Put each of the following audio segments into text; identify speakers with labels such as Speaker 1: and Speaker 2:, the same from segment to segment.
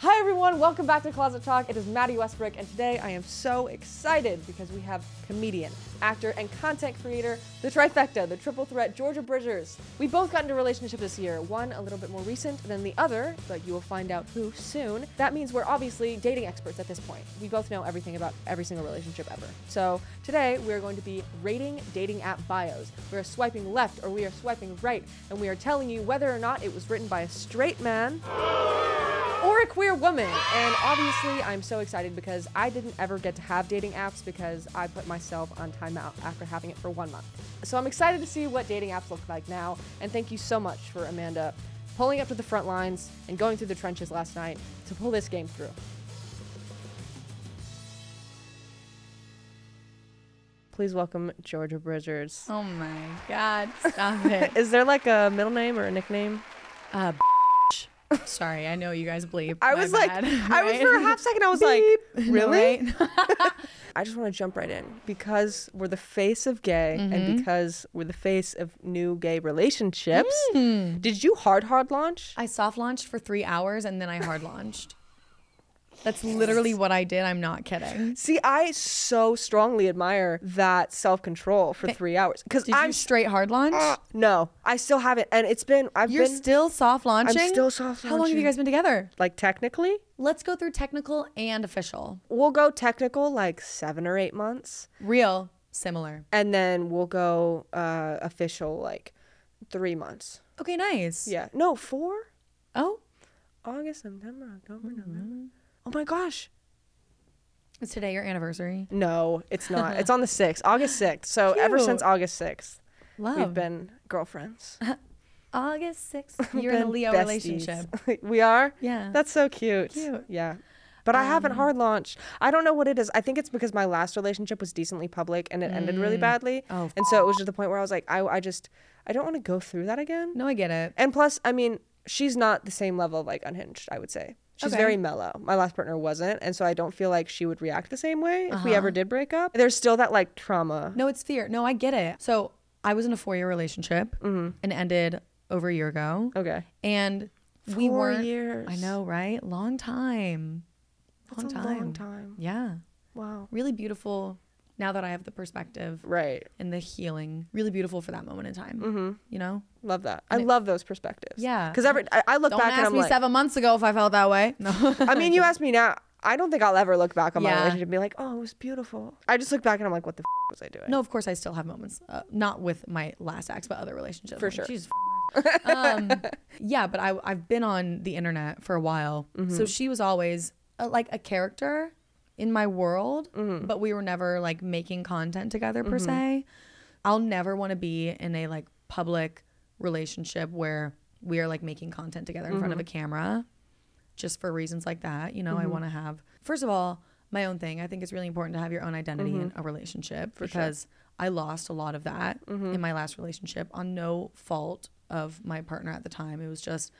Speaker 1: Hi everyone, welcome back to Closet Talk. It is Maddie Westbrook, and today I am so excited because we have comedian, actor, and content creator, the trifecta, the triple threat, Georgia Bridgers. We both got into a relationship this year, one a little bit more recent than the other, but you will find out who soon. That means we're obviously dating experts at this point. We both know everything about every single relationship ever. So today we are going to be rating dating app bios. We are swiping left or we are swiping right, and we are telling you whether or not it was written by a straight man or a queer woman. And obviously, I'm so excited because I didn't ever get to have dating apps because I put myself on timeout after having it for one month. So I'm excited to see what dating apps look like now. And thank you so much for Amanda pulling up to the front lines and going through the trenches last night to pull this game through. Please welcome Georgia Bridgers.
Speaker 2: Oh my god, stop it.
Speaker 1: Is there like a middle name or a nickname?
Speaker 2: Uh, Sorry, I know you guys bleep.
Speaker 1: I
Speaker 2: My
Speaker 1: was
Speaker 2: bad,
Speaker 1: like, I was
Speaker 2: right?
Speaker 1: for a half second, I was like, really?
Speaker 2: Right?
Speaker 1: I just want to jump right in because we're the face of gay
Speaker 2: Mm-hmm.
Speaker 1: and because we're the face of new gay relationships.
Speaker 2: Mm.
Speaker 1: Did you hard hard launch?
Speaker 2: I soft launched for three hours and then I hard launched. That's literally what I did. I'm not kidding.
Speaker 1: See, I so strongly admire that self control for three hours because
Speaker 2: Did
Speaker 1: I'm
Speaker 2: you straight hard launch?
Speaker 1: no, I still haven't, and it's been I've
Speaker 2: You're
Speaker 1: been
Speaker 2: still soft launching.
Speaker 1: still soft
Speaker 2: How long have you
Speaker 1: launching.
Speaker 2: guys been together?
Speaker 1: like technically
Speaker 2: Let's go through technical and official.
Speaker 1: we'll go technical like seven or eight months,
Speaker 2: Real, similar.
Speaker 1: and then we'll go uh, official like three months.
Speaker 2: Okay, nice.
Speaker 1: Yeah, no, four.
Speaker 2: Oh,
Speaker 1: August, September, October,
Speaker 2: Mm-hmm.
Speaker 1: November. Oh my gosh.
Speaker 2: is today your anniversary?
Speaker 1: No, it's not. it's on the 6th, August 6th. So ever
Speaker 2: Cute.
Speaker 1: since August 6th, we've
Speaker 2: Love.
Speaker 1: been girlfriends.
Speaker 2: August sixth. You're in a
Speaker 1: Been
Speaker 2: Leo
Speaker 1: besties.
Speaker 2: relationship.
Speaker 1: we are?
Speaker 2: Yeah.
Speaker 1: That's so cute.
Speaker 2: Cute. Um,
Speaker 1: Yeah. But I haven't hard launched. I don't know what it is. I think it's because my last relationship was decently public and it ended really badly.
Speaker 2: Oh,
Speaker 1: and so it was to the point where I was like, I, I just, I don't want to go through that again.
Speaker 2: No, I get it.
Speaker 1: And plus, I mean, she's not the same level of like unhinged, I would say. She's
Speaker 2: Okay.
Speaker 1: very mellow. My last partner wasn't. And so I don't feel like she would react the same way if we ever did break up. There's still that like trauma.
Speaker 2: Uh-huh. No, it's fear. No, I get it. So I was in a four year relationship
Speaker 1: Mm-hmm.
Speaker 2: and it ended over a year ago.
Speaker 1: Okay.
Speaker 2: And we
Speaker 1: Four
Speaker 2: were
Speaker 1: years.
Speaker 2: I know, right? Long time. Long
Speaker 1: That's a
Speaker 2: time.
Speaker 1: long time.
Speaker 2: Yeah.
Speaker 1: Wow.
Speaker 2: Really beautiful now that I have the perspective
Speaker 1: Right.
Speaker 2: and the healing. Really beautiful for that moment in time.
Speaker 1: Mm-hmm.
Speaker 2: You know?
Speaker 1: Love that. I love those perspectives.
Speaker 2: Yeah.
Speaker 1: Because every I, I look
Speaker 2: Don't
Speaker 1: back and
Speaker 2: ask
Speaker 1: I'm
Speaker 2: me
Speaker 1: like,
Speaker 2: seven months ago if I felt that way. No.
Speaker 1: I mean, you ask me now. I don't think I'll ever look back on my
Speaker 2: Yeah.
Speaker 1: relationship and be like, oh, it was beautiful. I just look back and I'm like, what the f- was I doing?
Speaker 2: no, of course I still have moments. Uh, not with my last ex, but other relationships.
Speaker 1: For
Speaker 2: Like,
Speaker 1: sure.
Speaker 2: Jesus f- um, yeah, but I I've been on the internet for a while,
Speaker 1: Mm-hmm.
Speaker 2: so she was always uh like a character in my world,
Speaker 1: Mm-hmm.
Speaker 2: but we were never like making content together per se. I'll never want to be in a like public relationship where we are like making content together in front of a camera just for reasons like that. You know, I want to have, first of all, my own thing. I think it's really important to have your own identity in a relationship because I lost a lot of that in my last relationship on no fault of my partner at the time. It was just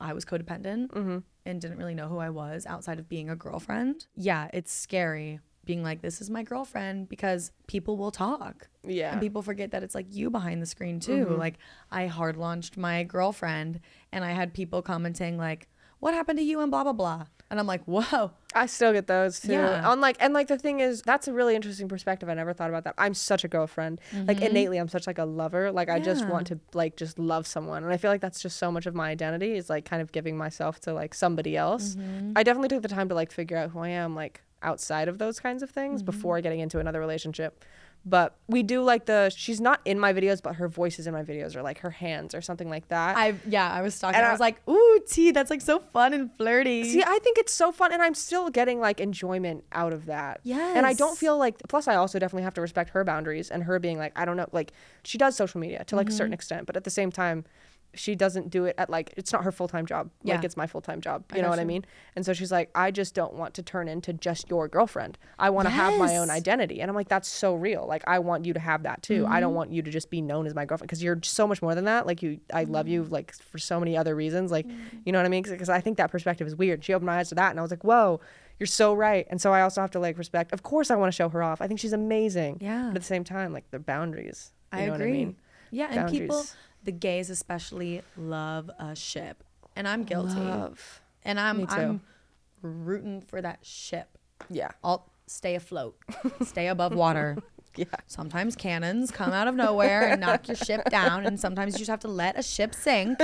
Speaker 2: I was codependent and didn't really know who I was outside of being a girlfriend. Yeah, it's scary being like, this is my girlfriend because people will talk.
Speaker 1: Yeah.
Speaker 2: And people forget that it's like you behind the screen too.
Speaker 1: Mm-hmm.
Speaker 2: Like I hard launched my girlfriend and I had people commenting like, what happened to you and blah, blah, blah. And I'm like, whoa.
Speaker 1: I still get those too.
Speaker 2: Yeah.
Speaker 1: On like and like the thing is that's a really interesting perspective. I never thought about that. I'm such a girlfriend. Like innately I'm such like a lover. Like I just
Speaker 2: Mm-hmm. Yeah.
Speaker 1: want to like just love someone. And I feel like that's just so much of my identity is like kind of giving myself to like somebody else.
Speaker 2: Mm-hmm.
Speaker 1: I definitely took the time to like figure out who I am like outside of those kinds of things
Speaker 2: Mm-hmm.
Speaker 1: before getting into another relationship. But we do like the she's not in my videos, but her voice is in my videos or like her hands or something like that.
Speaker 2: I, yeah, I was stalking.
Speaker 1: And
Speaker 2: I,
Speaker 1: I-
Speaker 2: was like, ooh, T, that's like so fun and flirty.
Speaker 1: See, I think it's so fun, and I'm still getting like enjoyment out of that. And I don't
Speaker 2: Yes.
Speaker 1: feel like. Plus, I also definitely have to
Speaker 2: Mm-hmm.
Speaker 1: respect her boundaries and her being like, I don't know, like she does social media to like a certain extent, but at the same time, she doesn't do it at like it's not her full time job. Like
Speaker 2: Yeah.
Speaker 1: it's my full time job. You
Speaker 2: I
Speaker 1: know what I
Speaker 2: gotcha.
Speaker 1: mean? And so she's like, I just don't want to turn into just your girlfriend. I want to have my own
Speaker 2: Yes.
Speaker 1: identity. And I'm like, that's so real. Like I want you to have that too. I don't
Speaker 2: Mm-hmm.
Speaker 1: want you to just be known as my girlfriend because you're so much more than that. Like you, I love
Speaker 2: Mm-hmm.
Speaker 1: you like for so many other reasons. Like you know what I mean? Because I think that perspective is weird. She opened my eyes to that, and I was like, whoa. You're so right. And so I also have to like respect. Of course, I want to show her off. I think she's amazing.
Speaker 2: Yeah.
Speaker 1: But at the same time, like the boundaries. You
Speaker 2: I
Speaker 1: know
Speaker 2: agree.
Speaker 1: What I mean?
Speaker 2: Yeah, and people,
Speaker 1: Boundaries.
Speaker 2: the gays especially, love a ship, and I'm guilty.
Speaker 1: Love.
Speaker 2: And I'm
Speaker 1: Me too.
Speaker 2: I'm rooting for that ship.
Speaker 1: Yeah.
Speaker 2: I'll stay afloat, stay above water.
Speaker 1: Yeah.
Speaker 2: Sometimes cannons come out of nowhere and knock your ship down, and sometimes you just have to let a ship sink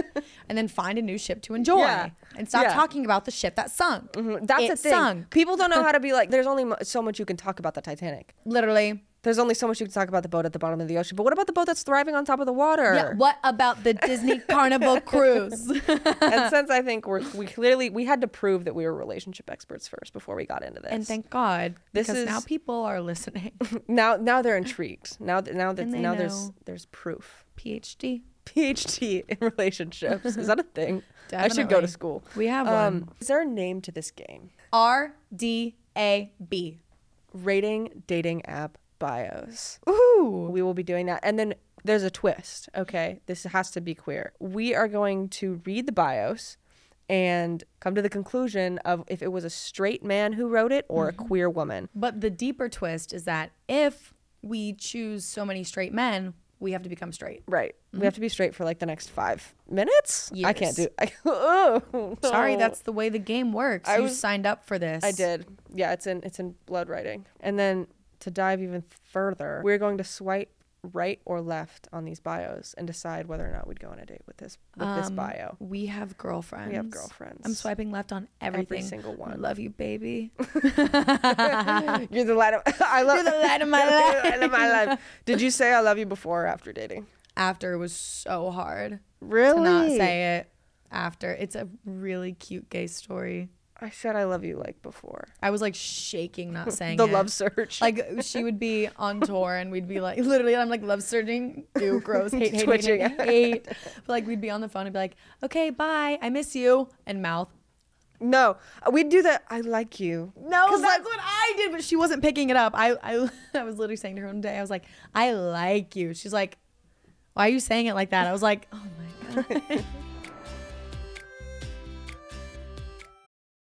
Speaker 2: and then find a new ship to enjoy
Speaker 1: Yeah.
Speaker 2: and stop
Speaker 1: Yeah. Mm-hmm.
Speaker 2: talking about the ship that sunk.
Speaker 1: That's
Speaker 2: it
Speaker 1: the thing.
Speaker 2: Sunk.
Speaker 1: People don't know how to be like. There's only mu- so much you can talk about the Titanic.
Speaker 2: Literally.
Speaker 1: There's only so much you can talk about the boat at the bottom of the ocean. But what about the boat that's thriving on top of the water?
Speaker 2: Yeah, what about the Disney Carnival cruise?
Speaker 1: and since I think we're we clearly we had to prove that we were relationship experts first before we got into this.
Speaker 2: And thank God,
Speaker 1: This
Speaker 2: because now
Speaker 1: is-
Speaker 2: people are listening.
Speaker 1: now now they're intrigued. Now th- now that
Speaker 2: And they
Speaker 1: now there's
Speaker 2: know.
Speaker 1: there's proof.
Speaker 2: PhD.
Speaker 1: PhD in relationships is that a thing? I should go
Speaker 2: Definitely.
Speaker 1: to school.
Speaker 2: We have one.
Speaker 1: Um, Is there a name to this game?
Speaker 2: R D A B.
Speaker 1: Rating dating app bios.
Speaker 2: Ooh.
Speaker 1: We will be doing that. And then there's a twist, okay? This has to be queer. We are going to read the bios and come to the conclusion of if it was a straight man who wrote it or
Speaker 2: Mm-hmm.
Speaker 1: a queer woman.
Speaker 2: But the deeper twist is that if we choose so many straight men, we have to become straight.
Speaker 1: Right.
Speaker 2: Mm-hmm.
Speaker 1: We have to be straight for like the next five minutes. I can't do
Speaker 2: Years.
Speaker 1: I, oh,
Speaker 2: Sorry,
Speaker 1: no.
Speaker 2: that's the way the game works.
Speaker 1: I
Speaker 2: you
Speaker 1: was-
Speaker 2: signed up for this.
Speaker 1: I did. Yeah, it's in it's in blood writing. And then to dive even further, we're going to swipe right or left on these bios and decide whether or not we'd go on a date with this with this
Speaker 2: Um,
Speaker 1: bio.
Speaker 2: We have girlfriends.
Speaker 1: We have girlfriends.
Speaker 2: I'm swiping left on everything.
Speaker 1: single one.
Speaker 2: I love you, baby.
Speaker 1: You're the light of I love
Speaker 2: You're the light of my
Speaker 1: You're the
Speaker 2: life.
Speaker 1: light of my life. Did you say I love you before or after dating?
Speaker 2: After was so hard
Speaker 1: Really?
Speaker 2: to not say it. After it's a really cute gay story.
Speaker 1: I said I love you like before.
Speaker 2: I was like shaking, not saying
Speaker 1: the
Speaker 2: it.
Speaker 1: love search.
Speaker 2: Like she would be on tour and we'd be like, literally, I'm like love searching, ew, gross, hate, hate, hate,
Speaker 1: Twitching.
Speaker 2: hate, hate. But like we'd be on the phone and be like, okay, bye, I miss you, and mouth.
Speaker 1: no, we do that. I like you.
Speaker 2: No,
Speaker 1: 'Cause,
Speaker 2: that's what I did, but she wasn't picking it up. I, I, I was literally saying to her one day, I was like, I like you. She's like, why are you saying it like that? I was like, oh my god.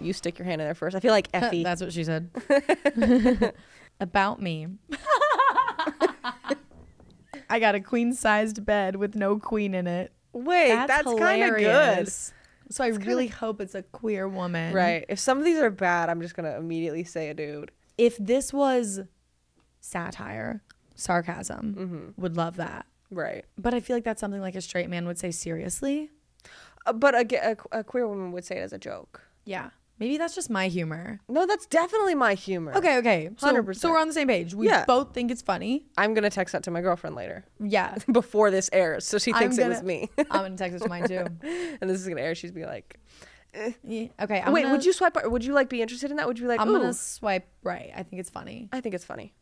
Speaker 1: You stick your hand in there first. I feel like Effie.
Speaker 2: That's what she said. About me. I got a queen sized bed with no queen in it.
Speaker 1: Wait, that's, kind of good.
Speaker 2: hilarious. So I really hope it's a queer woman.
Speaker 1: Right. If some of these are bad, I'm just gonna immediately say a dude.
Speaker 2: If this was satire, sarcasm, would love that.
Speaker 1: Right.
Speaker 2: But I feel like that's something like a straight man would say seriously.
Speaker 1: Uh, but a, ge- a, qu- a queer woman would say it as a joke.
Speaker 2: Yeah. Maybe that's just my humor.
Speaker 1: No, that's definitely my humor.
Speaker 2: Okay, okay. So,
Speaker 1: 100%.
Speaker 2: so we're on the same page. We
Speaker 1: Yeah.
Speaker 2: both think it's funny.
Speaker 1: I'm gonna text that to my girlfriend later
Speaker 2: Yeah.
Speaker 1: before this airs, so she
Speaker 2: I'm
Speaker 1: thinks it
Speaker 2: gonna-
Speaker 1: was me.
Speaker 2: I'm going to text it to mine too.
Speaker 1: and this is gonna air. She's gonna be like,
Speaker 2: Yeah. Okay. I'm
Speaker 1: "Wait,
Speaker 2: gonna-
Speaker 1: would you swipe? Would you like be interested in that? Would you be like?
Speaker 2: I'm
Speaker 1: "Ooh,
Speaker 2: gonna swipe right. I think it's funny.
Speaker 1: I think it's funny.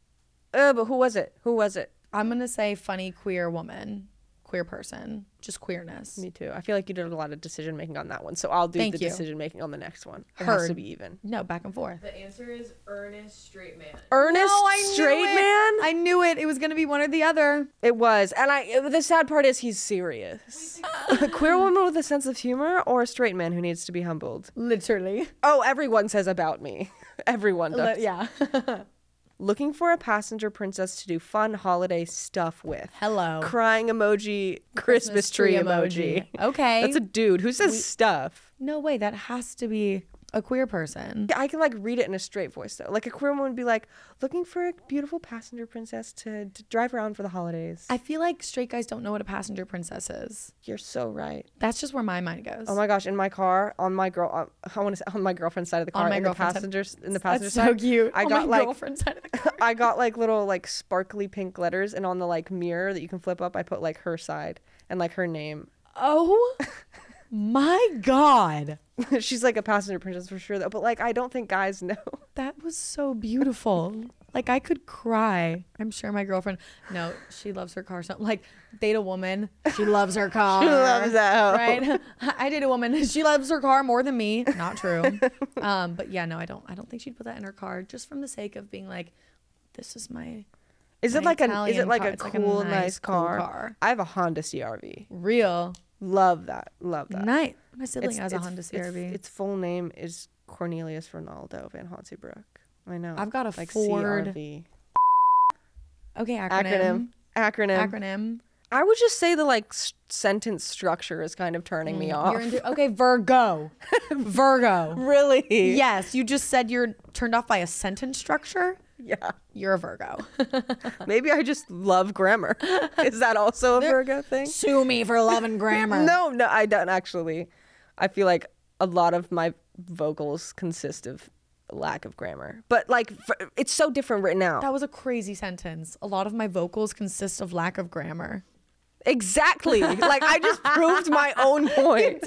Speaker 1: Uh, but who was it? Who was it?
Speaker 2: I'm gonna say funny queer woman, queer person, just queerness.
Speaker 1: Me too. I feel like you did a lot of decision making on that one, so I'll do
Speaker 2: Thank
Speaker 1: the
Speaker 2: you.
Speaker 1: decision making on the next one. It has to
Speaker 2: Heard.
Speaker 1: be even.
Speaker 2: No, back and forth.
Speaker 3: The answer is Ernest Straight Man.
Speaker 1: Ernest
Speaker 2: No, Oh, I knew
Speaker 1: Straight
Speaker 2: it.
Speaker 1: Man.
Speaker 2: I knew it. It was gonna be one or the other.
Speaker 1: It was, and I. uh, The sad part is he's serious. a queer woman with a sense of humor, or a straight man who needs to be humbled.
Speaker 2: Literally.
Speaker 1: Oh, everyone says about me. Everyone does.
Speaker 2: yeah.
Speaker 1: Looking for a passenger princess to do fun holiday stuff with.
Speaker 2: Hello.
Speaker 1: Crying emoji. Christmas,
Speaker 2: Christmas
Speaker 1: tree,
Speaker 2: tree
Speaker 1: emoji.
Speaker 2: emoji. Okay.
Speaker 1: That's a dude who says stuff.
Speaker 2: no way. That has to be a queer person.
Speaker 1: I can like read it in a straight voice though. Like a queer woman would be like, looking for a beautiful passenger princess to, to drive around for the holidays.
Speaker 2: I feel like straight guys don't know what a passenger princess is.
Speaker 1: You're so right.
Speaker 2: That's just where my mind goes.
Speaker 1: Oh my gosh! In my car, on my girl, on, I want to say on my girlfriend's side of the car,
Speaker 2: On my
Speaker 1: in the
Speaker 2: girlfriend's side.
Speaker 1: passengers, in the passenger
Speaker 2: That's
Speaker 1: side.
Speaker 2: so cute.
Speaker 1: I
Speaker 2: On
Speaker 1: got
Speaker 2: my
Speaker 1: like
Speaker 2: girlfriend's side of the car.
Speaker 1: I got like little like sparkly pink letters, and on the like mirror that you can flip up, I put like her side and like her name.
Speaker 2: Oh my god.
Speaker 1: She's like a passenger princess for sure though, but like I don't think guys know.
Speaker 2: That was so beautiful. like I could cry. I'm sure my girlfriend. No, she loves her car. So like date a woman. She loves her car. she
Speaker 1: loves that hoe.
Speaker 2: Right. I date a woman. She loves her car more than me. Not true. um, but yeah, no, I don't. I don't think she'd put that in her car just from the sake of being like, this is my
Speaker 1: Is it
Speaker 2: An
Speaker 1: like an is it
Speaker 2: Italian
Speaker 1: like
Speaker 2: car.
Speaker 1: a
Speaker 2: It's like a
Speaker 1: cool, nice,
Speaker 2: nice, cool
Speaker 1: car?
Speaker 2: car.
Speaker 1: I have a Honda CRV.
Speaker 2: real
Speaker 1: Love that. Love that.
Speaker 2: night. My sibling has a
Speaker 1: it's-
Speaker 2: Honda
Speaker 1: it's-
Speaker 2: CRV.
Speaker 1: Its, full name is Cornelius Ronaldo Van Hontsebrook. I know.
Speaker 2: I've got a Ford
Speaker 1: CRV.
Speaker 2: okay. Acronym.
Speaker 1: acronym. Acronym.
Speaker 2: Acronym.
Speaker 1: I would just say the like s- sentence structure is kind of turning me off.
Speaker 2: Mm, You're into okay. Virgo. Virgo.
Speaker 1: really?
Speaker 2: Yes, you just said you're turned off by a sentence structure.
Speaker 1: Yeah.
Speaker 2: You're a Virgo.
Speaker 1: Maybe I just love grammar. is that also a Virgo thing?
Speaker 2: Sue me for loving grammar.
Speaker 1: No, no, I don't actually. I feel like a lot of my vocals consist of lack of grammar, but like f- it's so different written out.
Speaker 2: That was a crazy sentence. A lot of my vocals consist of lack of grammar.
Speaker 1: Exactly. like I just proved my own point.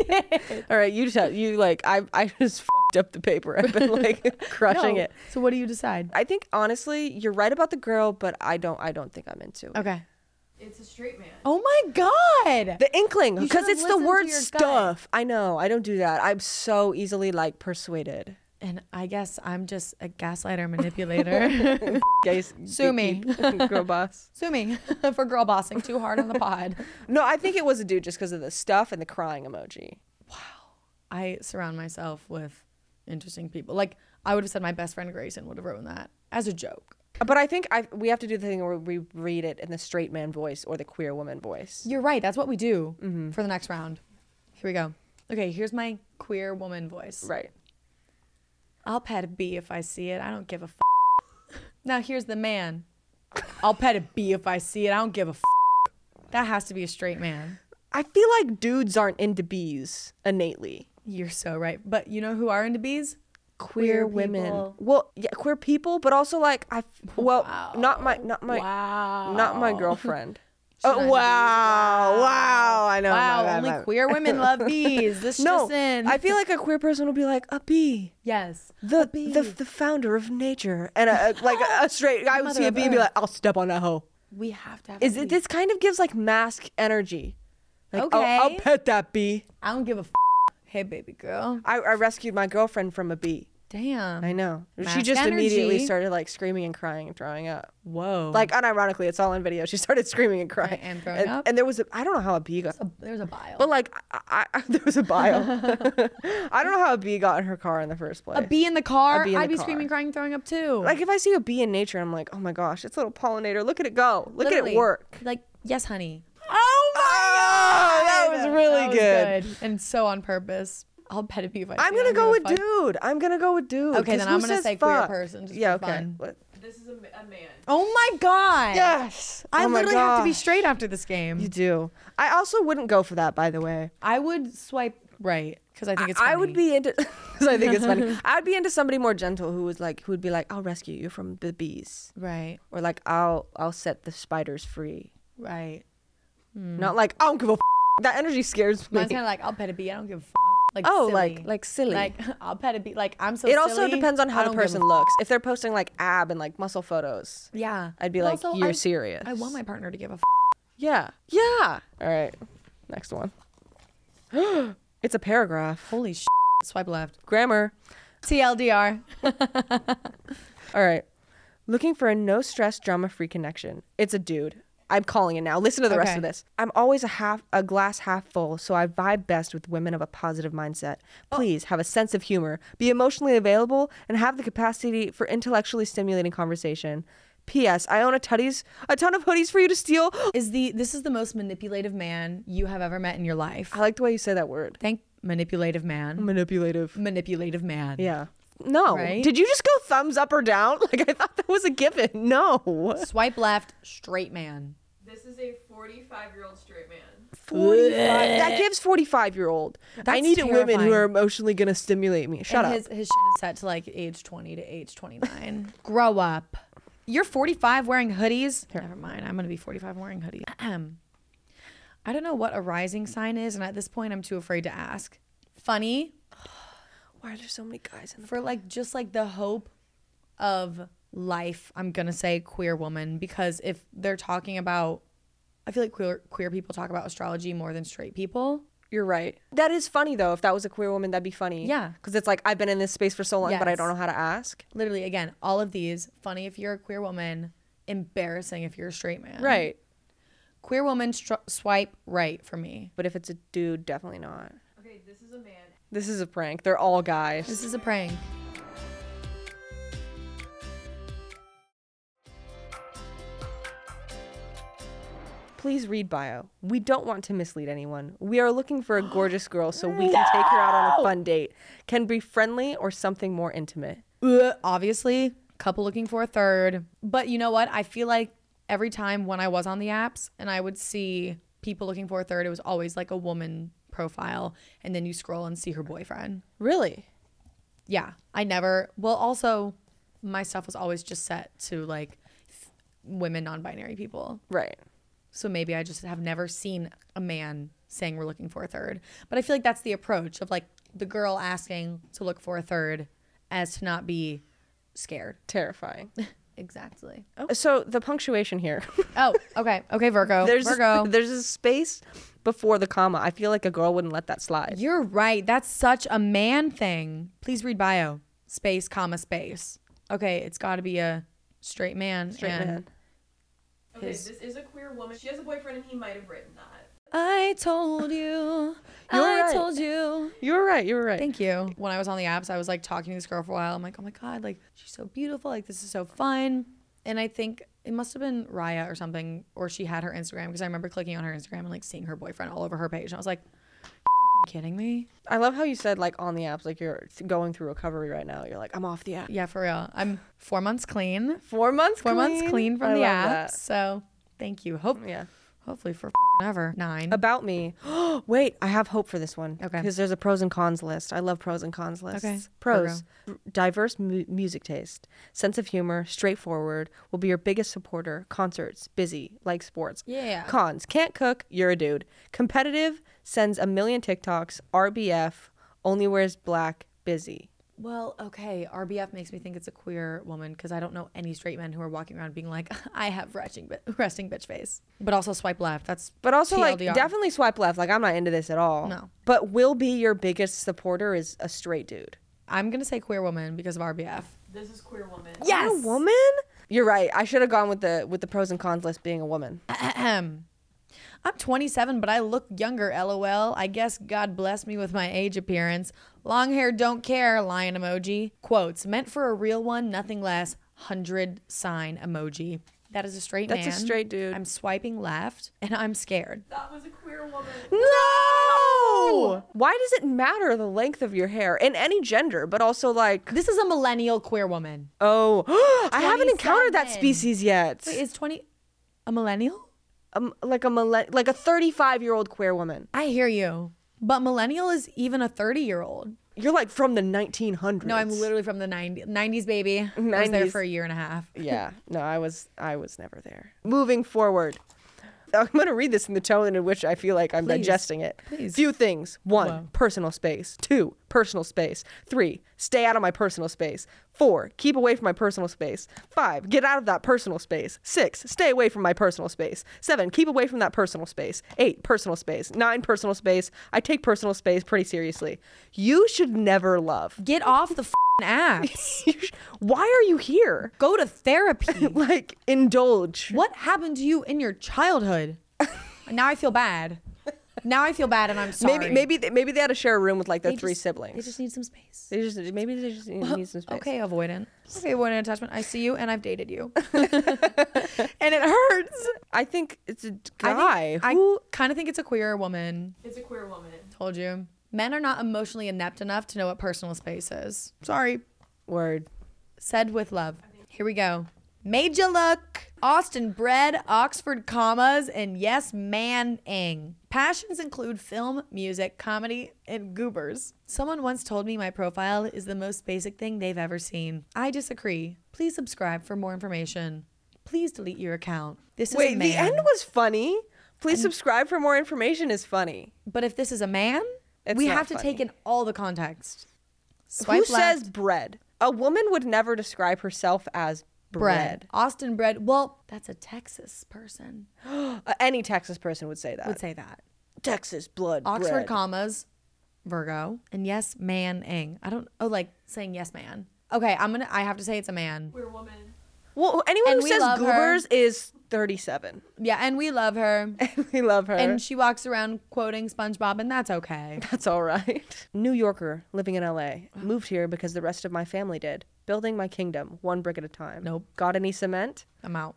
Speaker 1: All right, you tell you like I I just fed up the paper. I've been like crushing
Speaker 2: No.
Speaker 1: it.
Speaker 2: So what do you decide?
Speaker 1: I think honestly, you're right about the girl, but I don't I don't think I'm into it.
Speaker 2: Okay.
Speaker 3: It's a straight man.
Speaker 2: Oh my god.
Speaker 1: The inkling
Speaker 2: You
Speaker 1: because
Speaker 2: should've
Speaker 1: it's the
Speaker 2: listened to
Speaker 1: word
Speaker 2: your gut.
Speaker 1: stuff. I know. I don't do that. I'm so easily like persuaded.
Speaker 2: and I guess I'm just a gaslighter manipulator.
Speaker 1: Guys,
Speaker 2: Sue me.
Speaker 1: gatekeep. girl boss.
Speaker 2: Sue me for girl bossing too hard on the pod.
Speaker 1: No, I think it was a dude just because of the stuff and the crying emoji.
Speaker 2: I surround myself with interesting people. Like I would have said my best friend Grayson would have written that as a joke.
Speaker 1: But I think I we have to do the thing where we read it in the straight man voice or the queer woman voice.
Speaker 2: You're right. That's what we do
Speaker 3: Mm-hmm.
Speaker 2: for the next round. Here we go. Okay, here's my queer woman voice.
Speaker 1: Right.
Speaker 2: I'll pet a bee if I see it. I don't give a f. Now here's the man. I'll pet a bee if I see it. I don't give a f. That has to be a straight man.
Speaker 1: I feel like dudes aren't into bees innately.
Speaker 2: You're so right. But you know who are into bees?
Speaker 1: Queer, women.
Speaker 2: people.
Speaker 1: Well, yeah, queer people, but also like I. f- Well, not my, not my, not my girlfriend. oh wow, wow, I know. my
Speaker 2: Wow,
Speaker 1: bad,
Speaker 2: only
Speaker 1: my bad.
Speaker 2: queer women love bees. This
Speaker 1: No,
Speaker 2: just in.
Speaker 1: I feel like a queer person will be like a bee.
Speaker 2: yes.
Speaker 1: The, the the founder of nature and a, a- like a, a straight guy would see a bee and be like, I'll step on that hoe.
Speaker 2: We have to have.
Speaker 1: Is
Speaker 2: a
Speaker 1: it
Speaker 2: bee.
Speaker 1: this kind of gives like mask energy? Like, "Oh, I'll
Speaker 2: Okay.
Speaker 1: pet that bee.
Speaker 2: I don't give a. F- hey, baby girl.
Speaker 1: I, I rescued my girlfriend from a bee.
Speaker 2: Damn.
Speaker 1: I know. she
Speaker 2: Mask
Speaker 1: just immediately
Speaker 2: energy.
Speaker 1: started like screaming and crying and throwing up.
Speaker 2: Whoa.
Speaker 1: Like unironically, it's all on video. She started screaming and crying
Speaker 2: and throwing
Speaker 1: and,
Speaker 2: up?
Speaker 1: and there was a I don't know how a bee got,
Speaker 2: there's a bile.
Speaker 1: but like I, I, there was a bile. I don't know how a bee got in her car in the first place.
Speaker 2: a bee in the car.
Speaker 1: A bee in
Speaker 2: I'd
Speaker 1: the
Speaker 2: be
Speaker 1: car.
Speaker 2: screaming, crying, throwing up too.
Speaker 1: Like if I see a bee in nature, I'm like, oh my gosh, it's a little pollinator. Look at it go. Look at
Speaker 2: Literally.
Speaker 1: it work.
Speaker 2: Like yes, honey.
Speaker 1: Oh my god, that was really
Speaker 2: That was
Speaker 1: good.
Speaker 2: and so on purpose. I'll pet a bee if I
Speaker 1: I'm
Speaker 2: see it.
Speaker 1: gonna
Speaker 2: I
Speaker 1: go
Speaker 2: don't
Speaker 1: with
Speaker 2: give a fuck.
Speaker 1: dude. I'm gonna go with dude.
Speaker 2: Okay,
Speaker 1: 'cause
Speaker 2: then
Speaker 1: who
Speaker 2: I'm gonna
Speaker 1: says
Speaker 2: say queer
Speaker 1: fuck?
Speaker 2: person just
Speaker 1: yeah,
Speaker 2: for
Speaker 1: okay.
Speaker 2: fun.
Speaker 1: What-
Speaker 3: This is a, ma- a man.
Speaker 2: Oh my god.
Speaker 1: Yes.
Speaker 2: I
Speaker 1: Oh my
Speaker 2: literally have to be
Speaker 1: gosh.
Speaker 2: straight after this game.
Speaker 1: You do. I also wouldn't go for that, by the way.
Speaker 2: I would swipe right because I think it's.
Speaker 1: I would
Speaker 2: funny.
Speaker 1: be into. 'cause I think it's funny. I'd be into somebody more gentle who was like, who would be like, "I'll rescue you from the bees,"
Speaker 2: right,
Speaker 1: or like, "I'll I'll set the spiders free."
Speaker 2: right.
Speaker 1: Not like, "I don't give a." F-. That energy scares me.
Speaker 2: Mine's kind of like I'll pet a bee. I don't give a f- like
Speaker 1: oh,
Speaker 2: silly.
Speaker 1: like like silly.
Speaker 2: like I'll pet a bee. Like I'm so.
Speaker 1: it also
Speaker 2: silly,
Speaker 1: depends on
Speaker 2: I
Speaker 1: how the
Speaker 2: don't give a
Speaker 1: person
Speaker 2: f-
Speaker 1: looks. If they're posting like ab and like muscle photos,
Speaker 2: Yeah,
Speaker 1: I'd be
Speaker 2: But
Speaker 1: like,
Speaker 2: also,
Speaker 1: "You're
Speaker 2: I-
Speaker 1: serious."
Speaker 2: I want my partner to give a f-
Speaker 1: Yeah. Yeah. All right. Next one. it's a paragraph.
Speaker 2: Holy sh! Swipe left.
Speaker 1: Grammar.
Speaker 2: TLDR.
Speaker 1: All right. Looking for a no stress, drama free connection. It's a dude. I'm calling it now. Listen to the rest
Speaker 2: Okay.
Speaker 1: of this. I'm always a half a glass half full, so I vibe best with women of a positive mindset.
Speaker 2: Oh.
Speaker 1: Please have a sense of humor, be emotionally available, and have the capacity for intellectually stimulating conversation. P.S. I own a tutties, a ton of hoodies for you to steal.
Speaker 2: Is the this is the most manipulative man you have ever met in your life?
Speaker 1: I like the way you say that word.
Speaker 2: Thank manipulative man.
Speaker 1: Manipulative.
Speaker 2: Manipulative man.
Speaker 1: Yeah. No.
Speaker 2: Right?
Speaker 1: Did you just go thumbs up or down? Like I thought that was a given. No.
Speaker 2: Swipe left. Straight man.
Speaker 3: This is a 45 year old straight man.
Speaker 1: 45. That gives 45 year old. I
Speaker 2: That's
Speaker 1: need women who
Speaker 2: terrifying.
Speaker 1: are emotionally going to stimulate me. Shut up.
Speaker 2: and His his shit is set to like age 20 to age 29. Grow up. You're 45 wearing hoodies. Never mind. I'm gonna be 45 wearing hoodies. Ahem. I don't know what a rising sign is, and at this point, I'm too afraid to ask. Funny
Speaker 1: Why are there so many guys in the.
Speaker 2: for like just like the hope of life. I'm gonna say queer woman because if they're talking about, I feel like queer queer people talk about astrology more than straight people.
Speaker 1: You're right. That is funny, though. If that was a queer woman, that'd be funny.
Speaker 2: Yeah.
Speaker 1: Because it's like, I've been in this space for so long, but I
Speaker 2: Yes.
Speaker 1: don't know how to ask.
Speaker 2: Literally, again, all of these funny if you're a queer woman, embarrassing if you're a straight man.
Speaker 1: Right.
Speaker 2: queer woman str- swipe right for me.
Speaker 1: But if it's a dude, definitely not.
Speaker 3: Okay, this is a man.
Speaker 1: This is a prank. They're all guys.
Speaker 2: This is a prank.
Speaker 1: Please read bio. We don't want to mislead anyone. We are looking for a gorgeous girl so we can take her out on a fun date. Can be friendly or something more intimate.
Speaker 2: Ugh, obviously, couple looking for a third. But you know what? I feel like every time when I was on the apps and I would see people looking for a third, it was always like a woman profile and then you scroll and see her boyfriend.
Speaker 1: Really?
Speaker 2: Yeah, I never. Well, also my stuff was always just set to like th- women non-binary people.
Speaker 1: Right.
Speaker 2: So maybe I just have never seen a man saying we're looking for a third. But I feel like that's the approach of like the girl asking to look for a third as to not be scared.
Speaker 1: Terrifying.
Speaker 2: Exactly.
Speaker 1: So the punctuation here.
Speaker 2: Oh, okay. Okay, Virgo.
Speaker 1: there's
Speaker 2: Virgo.
Speaker 1: A, there's a space before the comma. I feel like a girl wouldn't let that slide.
Speaker 2: You're right. That's such a man thing. Please read bio. Space, comma, space. Okay, it's got to be a straight man. Straight
Speaker 1: man.
Speaker 3: Okay, this is a queer woman. She has a boyfriend and he might have written that.
Speaker 2: I told you.
Speaker 1: You're
Speaker 2: I
Speaker 1: right.
Speaker 2: told you.
Speaker 1: You were right. You were right.
Speaker 2: Thank you. When I was on the apps, I was like talking to this girl for a while. I'm like, oh my God, like she's so beautiful. Like this is so fun. And I think it must have been Raya or something, or she had her Instagram because I remember clicking on her Instagram and like seeing her boyfriend all over her page. And I was like, "F***ing kidding me?
Speaker 1: I love how you said like on the apps, like you're th- going through recovery right now. You're like, I'm off the app.
Speaker 2: Yeah, for real. I'm four months clean.
Speaker 1: Four months.
Speaker 2: Four
Speaker 1: clean?
Speaker 2: months clean from
Speaker 1: I
Speaker 2: the apps.
Speaker 1: love that.
Speaker 2: So thank you. Hope
Speaker 1: Yeah.
Speaker 2: hopefully for f***ing ever. Nine.
Speaker 1: About me. Wait, I have hope for this one.
Speaker 2: Okay.
Speaker 1: Because there's a pros and cons list. I love pros and cons lists.
Speaker 2: Okay.
Speaker 1: Pros. r- Diverse mu- music taste, sense of humor, straightforward, will be your biggest supporter. Concerts, busy, like sports.
Speaker 2: Yeah.
Speaker 1: Cons. Can't cook, you're a dude. Competitive, sends a million TikToks. RBF, only wears black, busy.
Speaker 2: Well, okay. RBF makes me think it's a queer woman because I don't know any straight men who are walking around being like, I have resting, bi- resting bitch face. But also swipe left. That's
Speaker 1: But also,
Speaker 2: TLDR.
Speaker 1: like, definitely swipe left. Like, I'm not into this at all.
Speaker 2: No.
Speaker 1: But will be your biggest supporter is a straight dude.
Speaker 2: I'm gonna say queer woman because of RBF.
Speaker 3: This is queer woman.
Speaker 1: You're a woman? You're right. I should have gone with the with the pros and cons list being a woman.
Speaker 2: Ahem. um, I'm 27, but I look younger. LOL. I guess God bless me with my age appearance. Long hair, don't care. Lion emoji. Quotes meant for a real one, nothing less. Hundred sign emoji. That is a straight
Speaker 1: That's a
Speaker 2: man.
Speaker 1: straight dude.
Speaker 2: I'm swiping left, and I'm scared.
Speaker 3: That was a queer woman.
Speaker 1: No! Why does it matter the length of your hair in any gender, but also like
Speaker 2: This is a millennial queer woman.
Speaker 1: oh, I haven't encountered that
Speaker 2: 27.
Speaker 1: species yet.
Speaker 2: Wait, is 20 a millennial?
Speaker 1: Um, like a millenn- like a 35-year-old queer woman.
Speaker 2: I hear you. But millennial is even a 30 year old.
Speaker 1: You're like from the 1900s.
Speaker 2: No, I'm literally from the 90, 90s, baby. I was there
Speaker 1: 90s.
Speaker 2: for a year and a half.
Speaker 1: Yeah. No, I was I was never there. Moving forward. I'm going to read this in the tone in which I feel like I'm digesting it.
Speaker 2: Please.
Speaker 1: Few things. One,
Speaker 2: Wow.
Speaker 1: personal space. Two, personal space. Three, stay out of my personal space. Four, keep away from my personal space. Five, get out of that personal space. Six, stay away from my personal space. Seven, keep away from that personal space. Eight, personal space. Nine, personal space. I take personal space pretty seriously. You should never love.
Speaker 2: Get off the f apps.
Speaker 1: You sh- Why are you here?
Speaker 2: Go to therapy.
Speaker 1: Like, indulge.
Speaker 2: what happened to you in your childhood? now I feel bad. Now I feel bad, and I'm sorry.
Speaker 1: Maybe maybe they, maybe they had to share a room with like their
Speaker 2: They
Speaker 1: three
Speaker 2: just- They
Speaker 1: siblings.
Speaker 2: just need some space.
Speaker 1: They just maybe they just need, need some space.
Speaker 2: Okay, avoidant. Okay, avoidant attachment. I see you, and I've dated you, and it hurts.
Speaker 1: I think it's a d-
Speaker 2: I think-
Speaker 1: guy.
Speaker 2: I,
Speaker 1: who
Speaker 2: kind of think it's a queer woman.
Speaker 3: It's a queer woman.
Speaker 2: Told you. Men are not emotionally inept enough to know what personal space is. Sorry.
Speaker 1: word?
Speaker 2: Said with love. Here we go. Made you look. Austin bred, Oxford commas, and yes, man ing. Passions include film, music, comedy, and goobers. Someone once told me my profile is the most basic thing they've ever seen. I disagree. Please subscribe for more information. Please delete your account. This is a
Speaker 1: Wait,
Speaker 2: man.
Speaker 1: the end was funny. Please subscribe for more information. Is funny.
Speaker 2: But if this is a man,
Speaker 1: It's
Speaker 2: we
Speaker 1: not
Speaker 2: have to take
Speaker 1: funny.
Speaker 2: in all the context. Swipe
Speaker 1: who
Speaker 2: left,
Speaker 1: says bread? A woman would never describe herself as bread.
Speaker 2: Austin bread. Well, that's a Texas person
Speaker 1: Uh, any Texas person would say that.
Speaker 2: would say that.
Speaker 1: Texas blood.
Speaker 2: Oxford
Speaker 1: bread.
Speaker 2: commas, Virgo, and yes, man ing. I don't. Oh, like saying yes, man. Okay, I'm gonna. I have to say it's a man.
Speaker 3: Queer woman.
Speaker 1: Well, anyone
Speaker 2: And
Speaker 1: who
Speaker 2: we
Speaker 1: says
Speaker 2: love her.
Speaker 1: goobers is thirty-seven.
Speaker 2: Yeah, and we love her,
Speaker 1: we love her.
Speaker 2: and she walks around quoting SpongeBob, and that's okay.
Speaker 1: That's all right. New Yorker living in LA. Moved here because the rest of my family did. Building my kingdom, one brick at a time.
Speaker 2: Nope.
Speaker 1: Got any cement?
Speaker 2: I'm out.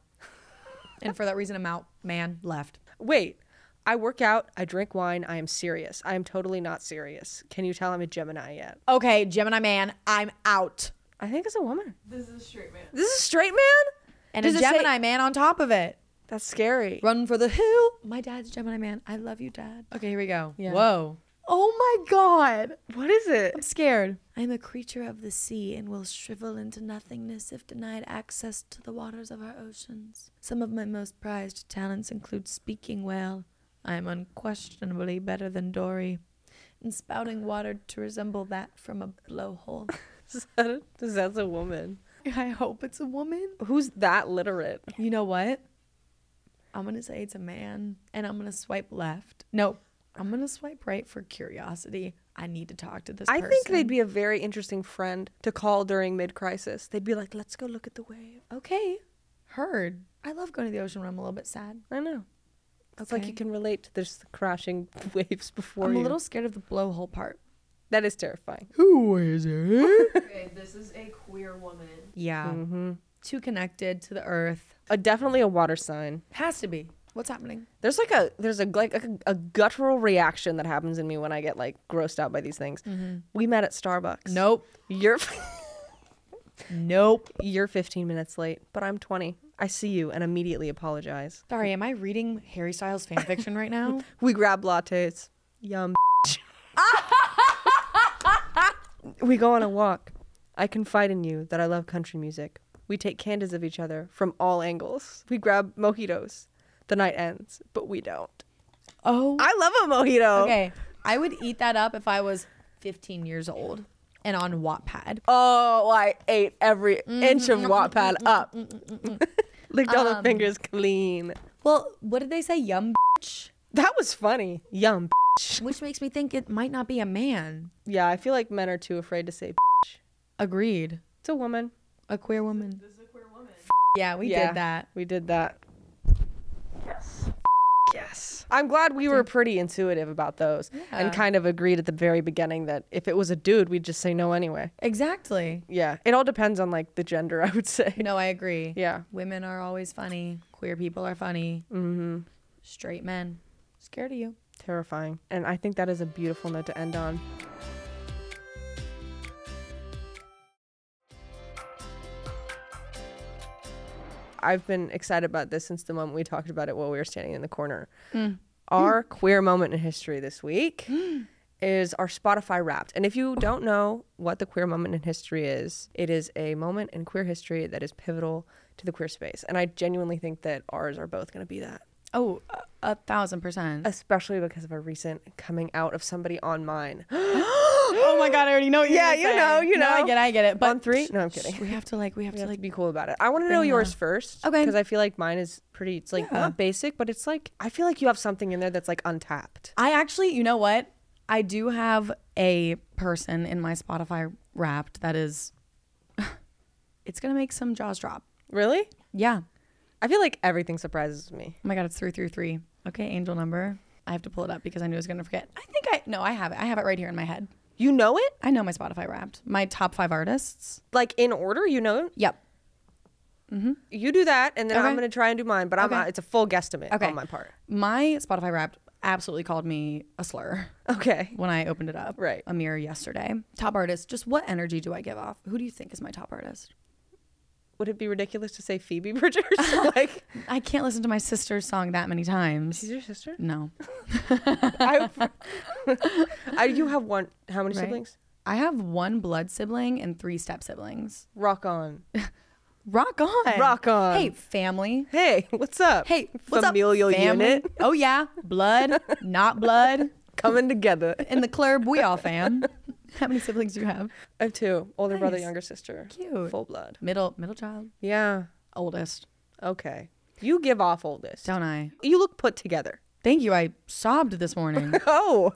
Speaker 2: and for that reason, I'm out. Man left.
Speaker 1: Wait. I work out, I drink wine, I am serious. I am totally not serious. Can you tell I'm a Gemini yet?
Speaker 2: Okay, Gemini man, I'm out.
Speaker 1: I think it's a woman.
Speaker 3: This is a straight man.
Speaker 1: This is a straight man?
Speaker 2: And
Speaker 1: Does
Speaker 2: a
Speaker 1: it say-
Speaker 2: Gemini man on top of it.
Speaker 1: That's scary.
Speaker 2: Run for the hill. My dad's Gemini man. I love you, dad. Okay, here we go.
Speaker 1: Yeah.
Speaker 2: Whoa. Oh my god.
Speaker 1: What is it?
Speaker 2: I'm scared. I'm a creature of the sea and will shrivel into nothingness if denied access to the waters of our oceans. Some of my most prized talents include speaking well. I am unquestionably better than Dory. And spouting water to resemble that from a blowhole.
Speaker 1: Is that a, is that a woman?
Speaker 2: I hope it's a woman.
Speaker 1: Who's that literate?
Speaker 2: You know what? I'm gonna say it's a man, and I'm gonna swipe left. No, I'm gonna swipe right for curiosity. I need to talk to this.
Speaker 1: I think
Speaker 2: person.
Speaker 1: they'd be a very interesting friend to call during mid crisis. They'd be like, let's go look at the wave.
Speaker 2: okay. Heard. I love going to the ocean when I'm a little bit sad.
Speaker 1: I know. It's like you
Speaker 2: Okay.
Speaker 1: can relate to this crashing waves before
Speaker 2: I'm
Speaker 1: you.
Speaker 2: a little scared of the blowhole part.
Speaker 1: That is terrifying.
Speaker 3: Okay, this is a queer woman.
Speaker 2: Yeah. Too connected to the earth.
Speaker 1: Uh, definitely a water sign.
Speaker 2: Has to be. What's happening?
Speaker 1: There's like a there's a like a, a guttural reaction that happens in me when I get like grossed out by these things.
Speaker 2: Mm-hmm.
Speaker 1: We met at Starbucks.
Speaker 2: Nope.
Speaker 1: You're
Speaker 2: Nope.
Speaker 1: you're 15 minutes late, but I'm 20. I see you and immediately apologize.
Speaker 2: Sorry, am I reading Harry Styles fan fiction right now?
Speaker 1: We grab lattes. Yum. we go on a walk. I confide in you that I love country music. We take candles of each other from all angles. We grab mojitos. The night ends, but we don't.
Speaker 2: Oh.
Speaker 1: I love a mojito.
Speaker 2: Okay. I would eat that up if I was 15 years old and on Wattpad.
Speaker 1: Oh, I ate every inch of Wattpad up. Licked all the fingers clean.
Speaker 2: Well, what did they say? Yum, bitch?
Speaker 1: That was funny. Yum.
Speaker 2: Which makes me think it might not be a man.
Speaker 1: Yeah, I feel like men are too afraid to say.
Speaker 2: Agreed.
Speaker 1: It's a woman.
Speaker 2: A queer woman.
Speaker 3: This is a queer woman.
Speaker 2: Yeah, we
Speaker 1: Yeah.
Speaker 2: did that.
Speaker 1: We did that. Yes. Yes. I'm glad we were pretty intuitive about those
Speaker 2: Yeah.
Speaker 1: and kind of agreed at the very beginning that if it was a dude, we'd just say no anyway.
Speaker 2: Exactly.
Speaker 1: Yeah. It all depends on like the gender, I would say.
Speaker 2: No, I agree.
Speaker 1: Yeah.
Speaker 2: Women are always funny. Queer people are funny. Mm-hmm. Straight men. Scared of you.
Speaker 1: Terrifying. And I think that is a beautiful note to end on. I've been excited about this since the moment we talked about it while we were standing in the corner. Our queer moment in history this week is our Spotify Wrapped. And if you don't know what the queer moment in history is, it is a moment in queer history that is pivotal to the queer space. And I genuinely think that ours are both going to be that.
Speaker 2: Oh, a, a thousand percent.
Speaker 1: especially because of a recent coming out of somebody on mine.
Speaker 2: oh my god, I already know. What
Speaker 1: yeah,
Speaker 2: you're
Speaker 1: you
Speaker 2: gonna
Speaker 1: know,
Speaker 2: say.
Speaker 1: you know.
Speaker 2: No, I get, I get it. But
Speaker 1: on three? No, I'm kidding.
Speaker 2: we have to like, we have to
Speaker 1: Like,
Speaker 2: like.
Speaker 1: be cool about it. I want to know
Speaker 2: bring
Speaker 1: yours
Speaker 2: the-
Speaker 1: first,
Speaker 2: Okay.
Speaker 1: Because I feel like mine is pretty. It's like not basic, but it's like I feel like you have something in there that's like untapped.
Speaker 2: I actually, you know what? I do have a person in my Spotify Wrapped that is. it's gonna make some jaws drop.
Speaker 1: Really?
Speaker 2: Yeah.
Speaker 1: I feel like everything surprises me.
Speaker 2: Oh my god, it's three through three. Okay, angel number. I have to pull it up because I knew I was gonna forget. I think I no, I have it. I have it right here in my head.
Speaker 1: You know it
Speaker 2: I know my Spotify Wrapped. My top five artists.
Speaker 1: like in order. You know, it.
Speaker 2: Yep.
Speaker 1: you do that, and then I'm
Speaker 2: Okay.
Speaker 1: gonna try and do mine. But I'm not, it's a full guesstimate
Speaker 2: Okay.
Speaker 1: on my part.
Speaker 2: My Spotify Wrapped absolutely called me a slur
Speaker 1: Okay.
Speaker 2: when I opened it up.
Speaker 1: Right.
Speaker 2: A mirror yesterday. Top artist. Just what energy do I give off? Who do you think is my top artist?
Speaker 1: Would it be ridiculous to say Phoebe Bridgers? like
Speaker 2: I can't listen to my sister's song that many times.
Speaker 1: she's your sister?
Speaker 2: No.
Speaker 1: I, I you have one. How many
Speaker 2: Right?
Speaker 1: siblings?
Speaker 2: I have one blood sibling and three step siblings.
Speaker 1: Rock on.
Speaker 2: Rock on.
Speaker 1: Rock on.
Speaker 2: Hey, family.
Speaker 1: Hey, what's up?
Speaker 2: Hey, what's
Speaker 1: familial
Speaker 2: up, family?
Speaker 1: unit
Speaker 2: Oh yeah, blood, not blood.
Speaker 1: coming together.
Speaker 2: In the club, we all fam. How many siblings do you have?
Speaker 1: I have two older brother,
Speaker 2: Nice.
Speaker 1: younger sister.
Speaker 2: Cute.
Speaker 1: Full blood.
Speaker 2: Middle, middle child,
Speaker 1: Yeah.
Speaker 2: oldest.
Speaker 1: Okay. You give off oldest.
Speaker 2: Don't I?
Speaker 1: You look put together.
Speaker 2: Thank you. I sobbed this morning.
Speaker 1: Oh.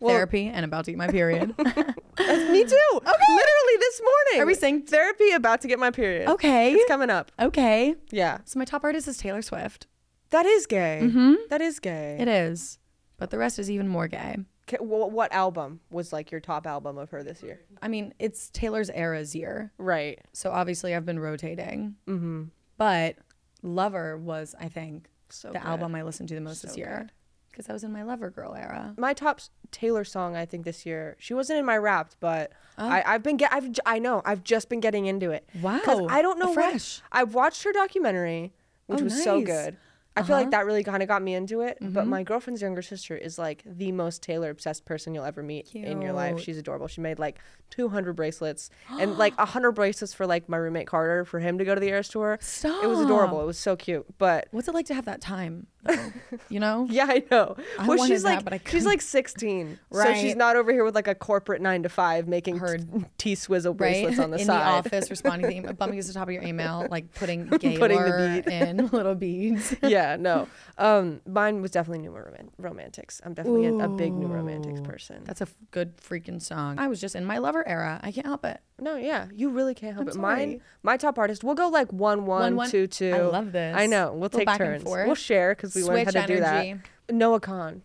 Speaker 1: Well-
Speaker 2: Therapy and about to get my period.
Speaker 1: Me too. Okay. Literally this morning.
Speaker 2: Are we synced?
Speaker 1: Therapy about to get my period.
Speaker 2: Okay.
Speaker 1: It's coming up.
Speaker 2: okay.
Speaker 1: Yeah.
Speaker 2: So my top artist is Taylor Swift.
Speaker 1: That is gay. That is gay.
Speaker 2: It is, but the rest is even more gay.
Speaker 1: Ca- wh- what album was like your top album of her this year?
Speaker 2: I mean, it's Taylor's era's year.
Speaker 1: Right.
Speaker 2: So obviously I've been rotating. Mm-hmm. But Lover was, I think, the album I listened to the most this year because I was in my Lover Girl era.
Speaker 1: My top s- Taylor song I think this year. She wasn't in my wrapped, but
Speaker 2: Oh.
Speaker 1: I, I've been get. I've j- I know. I've just been getting into it. 'Cause
Speaker 2: Wow,
Speaker 1: I don't know. what-
Speaker 2: afresh.
Speaker 1: I've watched her documentary, which
Speaker 2: Oh,
Speaker 1: was so
Speaker 2: nice. Uh-huh. Mm-hmm.
Speaker 1: good. I feel like that really kind of got me into it. But my girlfriend's younger sister is like the most Taylor obsessed person you'll ever meet in your life. She's adorable. She made like 200 bracelets and like 100 bracelets for like my roommate Carter for him to go to the Eras tour. It was adorable. It was so cute. But
Speaker 2: What's it like to have that time? though? you know?
Speaker 1: yeah, I know.
Speaker 2: I
Speaker 1: well,
Speaker 2: wanted
Speaker 1: she's
Speaker 2: that,
Speaker 1: like
Speaker 2: but I
Speaker 1: she's
Speaker 2: couldn't.
Speaker 1: like 16, so she's
Speaker 2: Right.
Speaker 1: not over here with like a corporate nine to five making
Speaker 2: Heard.
Speaker 1: T Swizzle
Speaker 2: Right
Speaker 1: bracelets on the
Speaker 2: in
Speaker 1: side.
Speaker 2: the office, responding, to the, email- bumping us to the top of your email, like putting Gaylor
Speaker 1: Putting the bead.
Speaker 2: in little beads.
Speaker 1: yeah, no. Um, mine was definitely new roman- romantics. I'm definitely a, a big new romantics person.
Speaker 2: That's a f- good freaking song. I was just in my lover era. I can't help it.
Speaker 1: no, yeah, you really can't help
Speaker 2: I'm
Speaker 1: it. Mine,
Speaker 2: sorry.
Speaker 1: my top artist. We'll go like one, one,
Speaker 2: One, one.
Speaker 1: two, two.
Speaker 2: I love this.
Speaker 1: I know. We'll
Speaker 2: Go
Speaker 1: take
Speaker 2: back and
Speaker 1: turns.
Speaker 2: forth.
Speaker 1: We'll share because we learned how to
Speaker 2: Switch
Speaker 1: do that.
Speaker 2: energy.
Speaker 1: Noah Khan.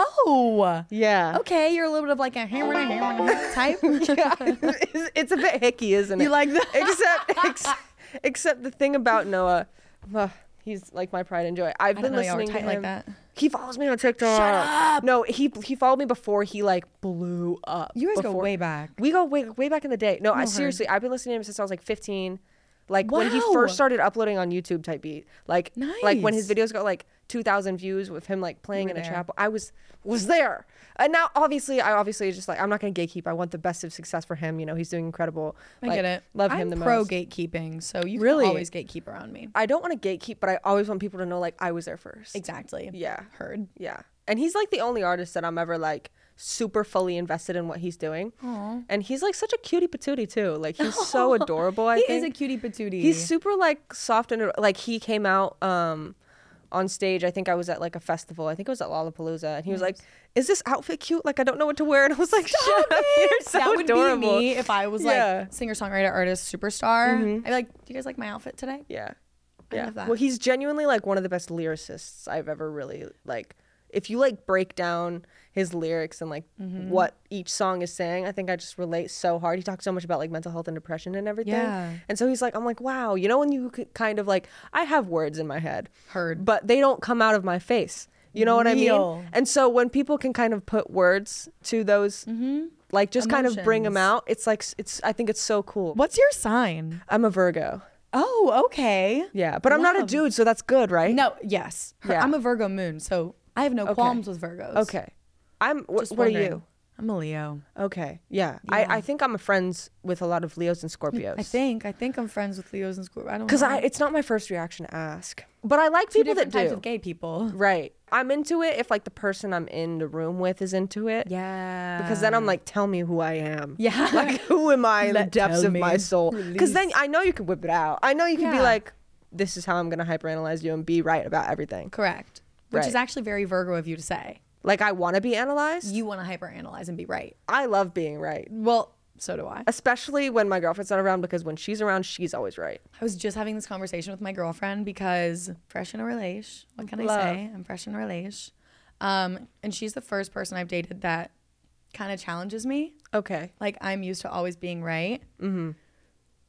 Speaker 2: Oh,
Speaker 1: Yeah.
Speaker 2: okay. You're a little bit of like a hammer type.
Speaker 1: it's, it's a bit hicky, isn't it?
Speaker 2: You like that?
Speaker 1: Except, ex- except the thing about Noah, ugh, he's like my pride and joy. I've
Speaker 2: I
Speaker 1: been
Speaker 2: didn't know y'all were
Speaker 1: listening to
Speaker 2: tight like
Speaker 1: him.
Speaker 2: that.
Speaker 1: He follows me on TikTok. Shut up. No, he he followed me before he like blew up.
Speaker 2: You guys go
Speaker 1: before-
Speaker 2: way back.
Speaker 1: We go way way back in the day. No, I, seriously, I've been listening to him since I was like 15. Like when he
Speaker 2: Wow.
Speaker 1: first started uploading on YouTube type beat. Like like when his
Speaker 2: Nice.
Speaker 1: videos got like 2000 views with him like playing in a
Speaker 2: there.
Speaker 1: chapel. I was was there. And now obviously I obviously just like I'm not going to gatekeep. I want the best of success for him, you know. He's doing incredible.
Speaker 2: I
Speaker 1: Like,
Speaker 2: get it.
Speaker 1: Love
Speaker 2: I'm
Speaker 1: him the
Speaker 2: pro
Speaker 1: most.
Speaker 2: gatekeeping, so you
Speaker 1: Really?
Speaker 2: can always gatekeep around me.
Speaker 1: I don't want to gatekeep, but I always want people to know like I was there first.
Speaker 2: Exactly.
Speaker 1: Yeah.
Speaker 2: Heard.
Speaker 1: Yeah. And he's like the only artist that I'm ever like super fully invested in what he's doing. And he's like such a cutie patootie too. Like he's so adorable. I
Speaker 2: he
Speaker 1: think.
Speaker 2: is a cutie patootie.
Speaker 1: He's super like soft and like he came out um on stage. I think I was at like a festival. I think it was at Lollapalooza, and he was like, "Is this outfit cute? Like I don't know what to wear." And I was like, "Shut up, you're so
Speaker 2: that would
Speaker 1: adorable."
Speaker 2: be me if I was
Speaker 1: Yeah.
Speaker 2: like singer songwriter artist superstar. I'd be like, do you guys like my outfit today?
Speaker 1: Yeah,
Speaker 2: I
Speaker 1: yeah.
Speaker 2: love that.
Speaker 1: Well, he's genuinely like one of the best lyricists I've ever really like. If you like break down his lyrics and like
Speaker 2: Mm-hmm.
Speaker 1: what each song is saying, I think I just relate so hard. He talks so much about like mental health and depression and everything.
Speaker 2: Yeah.
Speaker 1: And so he's like, I'm like, wow, you know, when you c- kind of like, I have words in my head,
Speaker 2: Heard.
Speaker 1: but they don't come out of my face. You know what I
Speaker 2: Real.
Speaker 1: mean? And so when people can kind of put words to those, like just kind of bring them
Speaker 2: Mm-hmm. Emotions.
Speaker 1: out, it's like, s- it's, I think it's so cool.
Speaker 2: What's your sign?
Speaker 1: I'm a Virgo.
Speaker 2: Oh, okay.
Speaker 1: Yeah. But I'm not a
Speaker 2: Love.
Speaker 1: dude, so that's good, right?
Speaker 2: No, yes. Her-
Speaker 1: Yeah.
Speaker 2: I'm a Virgo moon, so I have no qualms with Virgos.
Speaker 1: Okay. I'm, wh-
Speaker 2: Just
Speaker 1: what are
Speaker 2: wondering.
Speaker 1: you?
Speaker 2: I'm a Leo.
Speaker 1: Okay. Yeah. I, I think I'm friends with a lot of Leos and Scorpios.
Speaker 2: I think. I think I'm friends with Leos and Scorpios. I don't
Speaker 1: Because
Speaker 2: know.
Speaker 1: I, it's not my first reaction to ask, but I like
Speaker 2: Two
Speaker 1: people that
Speaker 2: different types
Speaker 1: do.
Speaker 2: of gay people.
Speaker 1: Right. I'm into it if like the person I'm in the room with is into it.
Speaker 2: Yeah.
Speaker 1: Because then I'm like, tell me who I am.
Speaker 2: Yeah.
Speaker 1: Like, who am I in the
Speaker 2: Let-
Speaker 1: depths
Speaker 2: tell
Speaker 1: of my
Speaker 2: me.
Speaker 1: soul? Because then I know you can whip it out. I know you can be
Speaker 2: Yeah.
Speaker 1: like, this is how I'm going to hyperanalyze you and be right about everything.
Speaker 2: correct, which is
Speaker 1: Right.
Speaker 2: actually very Virgo of you to say.
Speaker 1: Like, I want to be analyzed.
Speaker 2: You want to hyperanalyze and be right.
Speaker 1: I love being right,
Speaker 2: Well, so do I.
Speaker 1: especially when my girlfriend's not around because when she's around, she's always right.
Speaker 2: I was just having this conversation with my girlfriend because fresh in a relation. What can I say? I'm fresh in a relation. Um, and she's the first person I've dated that kind of challenges me.
Speaker 1: Okay.
Speaker 2: Like I'm used to always being right. Mm-hmm.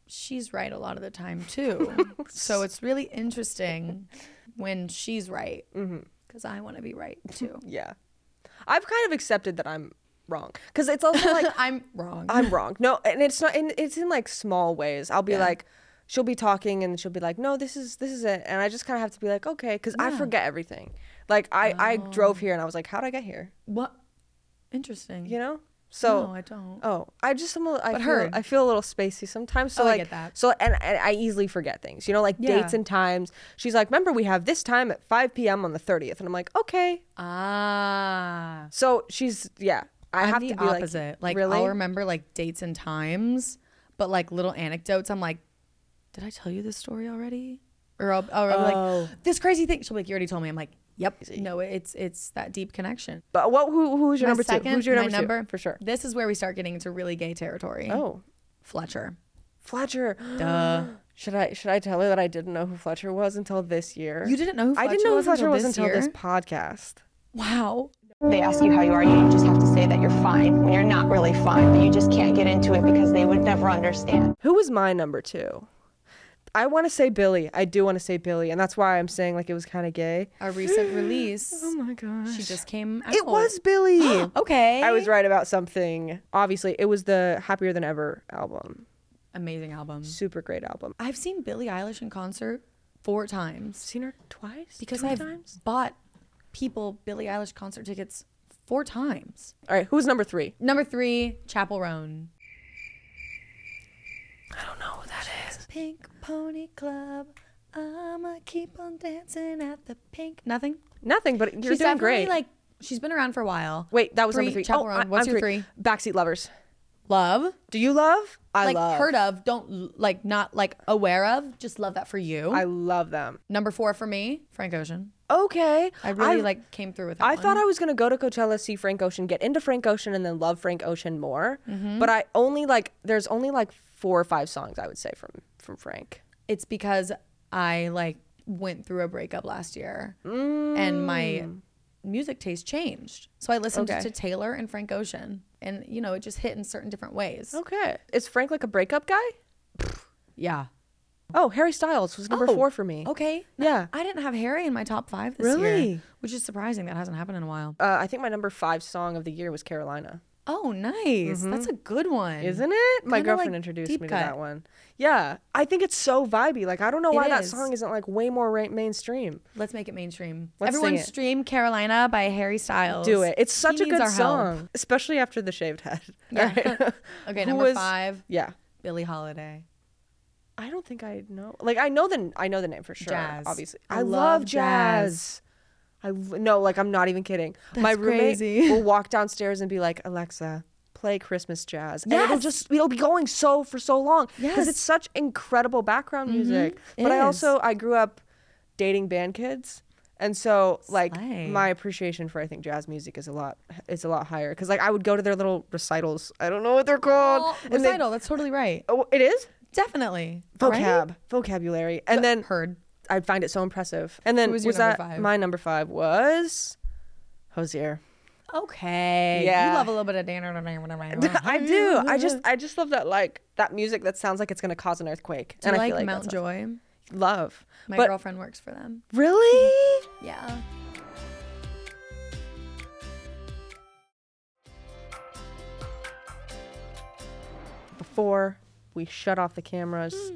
Speaker 2: She's right a lot of the time too. so it's really interesting when she's right
Speaker 1: Mm-hmm.
Speaker 2: because I want to be right too.
Speaker 1: Yeah. I've kind of accepted that I'm wrong because it's also like,
Speaker 2: I'm wrong.
Speaker 1: I'm wrong. No, and it's not. And it's in like small ways. I'll be like, she'll be talking, and she'll be like, "No, this is this is it," and I just kind of have to be like, "Okay," because I forget everything. Like I I drove here, and I was like, "How did I get here?"
Speaker 2: what? Interesting.
Speaker 1: You know. So
Speaker 2: No, I don't.
Speaker 1: Oh, I just am. A, I feel,
Speaker 2: her.
Speaker 1: I feel a little spacey sometimes. So
Speaker 2: Oh, I
Speaker 1: like
Speaker 2: get that.
Speaker 1: so, and, and I easily forget things. You know, like
Speaker 2: Yeah.
Speaker 1: dates and times. She's like, "Remember, we have this time at 5 p.m. on the 30th," and I'm like, "Okay."
Speaker 2: Ah.
Speaker 1: So she's yeah. I
Speaker 2: I'm
Speaker 1: have
Speaker 2: the
Speaker 1: to be
Speaker 2: opposite. Like,
Speaker 1: really?
Speaker 2: I'll remember like dates and times, but like little anecdotes. I'm like, did I tell you this story already? Or I'll, or I'll be
Speaker 1: Oh.
Speaker 2: like, this crazy thing. She'll be like, you already told me. I'm like, yep. No, it's it's that deep connection.
Speaker 1: But what? Who? Who's your
Speaker 2: My
Speaker 1: number two?
Speaker 2: second-
Speaker 1: Who's your
Speaker 2: my
Speaker 1: number, two? For sure.
Speaker 2: This is where we start getting into really gay territory.
Speaker 1: Oh.
Speaker 2: Fletcher.
Speaker 1: Fletcher. Should I should I tell her that I didn't know who Fletcher was until this year?
Speaker 2: You didn't know who
Speaker 1: I didn't
Speaker 2: Fletcher
Speaker 1: know who
Speaker 2: was
Speaker 1: Fletcher
Speaker 2: until
Speaker 1: was
Speaker 2: this
Speaker 1: until this
Speaker 2: year?
Speaker 1: podcast.
Speaker 2: Wow.
Speaker 4: They ask you how you are, you just have to say that you're fine when you're not really fine, but you just can't get into it because they would never understand.
Speaker 1: Who was my number two? I want to say Billy. I do want to say Billy, and that's why I'm saying like it was kind of gay.
Speaker 2: A recent release. Oh my
Speaker 1: gosh.
Speaker 2: She just came out.
Speaker 1: It was Billy.
Speaker 2: Okay.
Speaker 1: I was right about something. Obviously, it was the Happier Than Ever album.
Speaker 2: Amazing album.
Speaker 1: Super great album. I've
Speaker 2: I've seen Billie Eilish in concert four times.
Speaker 1: seen her twice.
Speaker 2: because
Speaker 1: three
Speaker 2: I've
Speaker 1: times.
Speaker 2: bought people Billie Eilish concert tickets four times.
Speaker 1: All right, who's number three?
Speaker 2: Number three, Chapel Roan. I don't know who that is. Pink Pony Club. I'ma keep on dancing at the pink. Nothing.
Speaker 1: Nothing, but you're
Speaker 2: she's
Speaker 1: doing
Speaker 2: definitely,
Speaker 1: great.
Speaker 2: Like she's been around for a while.
Speaker 1: Wait, that was
Speaker 2: three,
Speaker 1: number three.
Speaker 2: Chapel
Speaker 1: oh,
Speaker 2: Roan.
Speaker 1: I-
Speaker 2: What's
Speaker 1: I'm
Speaker 2: your
Speaker 1: three.
Speaker 2: three?
Speaker 1: Backseat lovers.
Speaker 2: Love.
Speaker 1: Do you love? I
Speaker 2: like
Speaker 1: love.
Speaker 2: heard of, don't l- like not like aware of. Just love that for you.
Speaker 1: I love them.
Speaker 2: Number four for me, Frank Ocean.
Speaker 1: Okay.
Speaker 2: I really like came through with that.
Speaker 1: I
Speaker 2: one.
Speaker 1: thought I was gonna go to Coachella, see Frank Ocean, get into Frank Ocean, and then love Frank Ocean more.
Speaker 2: Mm-hmm.
Speaker 1: But I only like there's only like four or five songs I would say from from Frank.
Speaker 2: it's because I like went through a breakup last year and my music taste changed. So I listened
Speaker 1: Mm. Okay.
Speaker 2: to Taylor and Frank Ocean and you know, it just hit in certain different ways.
Speaker 1: Okay. Is Frank like a breakup guy?
Speaker 2: Yeah.
Speaker 1: Oh, Harry Styles was number
Speaker 2: Oh,
Speaker 1: four for me.
Speaker 2: Okay.
Speaker 1: Yeah.
Speaker 2: I didn't have Harry in my top 5 this
Speaker 1: Really?
Speaker 2: year, which is surprising that hasn't happened in a while.
Speaker 1: Uh, I think my number five song of the year was Carolina.
Speaker 2: Oh, nice. That's a good one.
Speaker 1: Isn't Mm-hmm. it? My
Speaker 2: Mm. Kinda,
Speaker 1: girlfriend
Speaker 2: like,
Speaker 1: introduced
Speaker 2: deep
Speaker 1: me to
Speaker 2: cut.
Speaker 1: that one. Yeah. I think it's so vibey. Like I don't know
Speaker 2: It
Speaker 1: why that
Speaker 2: is.
Speaker 1: song isn't like way more ra- mainstream.
Speaker 2: Let's make it mainstream.
Speaker 1: Let's sing
Speaker 2: Everyone
Speaker 1: it.
Speaker 2: stream Carolina by Harry Styles.
Speaker 1: Do it. It's such
Speaker 2: He
Speaker 1: a
Speaker 2: needs
Speaker 1: good
Speaker 2: our help.
Speaker 1: song, especially after the shaved head.
Speaker 2: Yeah.
Speaker 1: All right.
Speaker 2: Okay,
Speaker 1: Who
Speaker 2: number
Speaker 1: was-
Speaker 2: 5,
Speaker 1: Yeah.
Speaker 2: Billie Holiday.
Speaker 1: I don't think I know. Like I know the I know the name for sure.
Speaker 2: Jazz.
Speaker 1: Obviously, I,
Speaker 2: I
Speaker 1: love,
Speaker 2: love
Speaker 1: jazz. I l- no, like I'm not even kidding. My roommate
Speaker 2: crazy.
Speaker 1: will walk downstairs and be like, "Alexa, play Christmas jazz," and it'll
Speaker 2: Yes.
Speaker 1: just it'll be going so for so long because
Speaker 2: Yes. Mm-hmm.
Speaker 1: it's such incredible background music.
Speaker 2: It
Speaker 1: But I
Speaker 2: is.
Speaker 1: also I grew up dating band kids. And so, like,
Speaker 2: Slay.
Speaker 1: my appreciation for I think jazz music is a lot is a lot higher because like I would go to their little recitals. I don't know what they're called.
Speaker 2: Oh,
Speaker 1: and they-
Speaker 2: recital, that's totally right.
Speaker 1: oh, it is
Speaker 2: Definitely.
Speaker 1: vocab vocabulary, and then
Speaker 2: Heard.
Speaker 1: I find it so impressive. And then
Speaker 2: Who
Speaker 1: was,
Speaker 2: was your
Speaker 1: that
Speaker 2: number five?
Speaker 1: my number five was Hosier.
Speaker 2: Okay.
Speaker 1: Yeah.
Speaker 2: You love a little bit of Dan.
Speaker 1: I do. I just I just love that like that music that sounds like it's gonna cause an earthquake.
Speaker 2: Do you
Speaker 1: I
Speaker 2: like,
Speaker 1: that's
Speaker 2: Mount
Speaker 1: awesome.
Speaker 2: Joy?
Speaker 1: Love.
Speaker 2: My
Speaker 1: but
Speaker 2: girlfriend works for them.
Speaker 1: really,
Speaker 2: Yeah. Mm.
Speaker 1: before we shut off the cameras,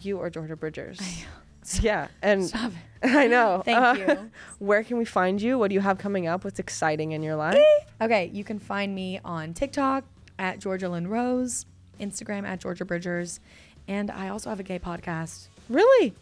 Speaker 1: you are Georgia Bridgers.
Speaker 2: thoughts.
Speaker 1: Yeah, and I know. Uh,
Speaker 2: Thank you.
Speaker 1: Where can we find you? What do you have coming up? What's exciting in your life?
Speaker 2: Eh. Okay, you can find me on TikTok at Georgia Lynn Rose, Instagram at Georgia Bridgers, and I also have a gay podcast.
Speaker 1: really?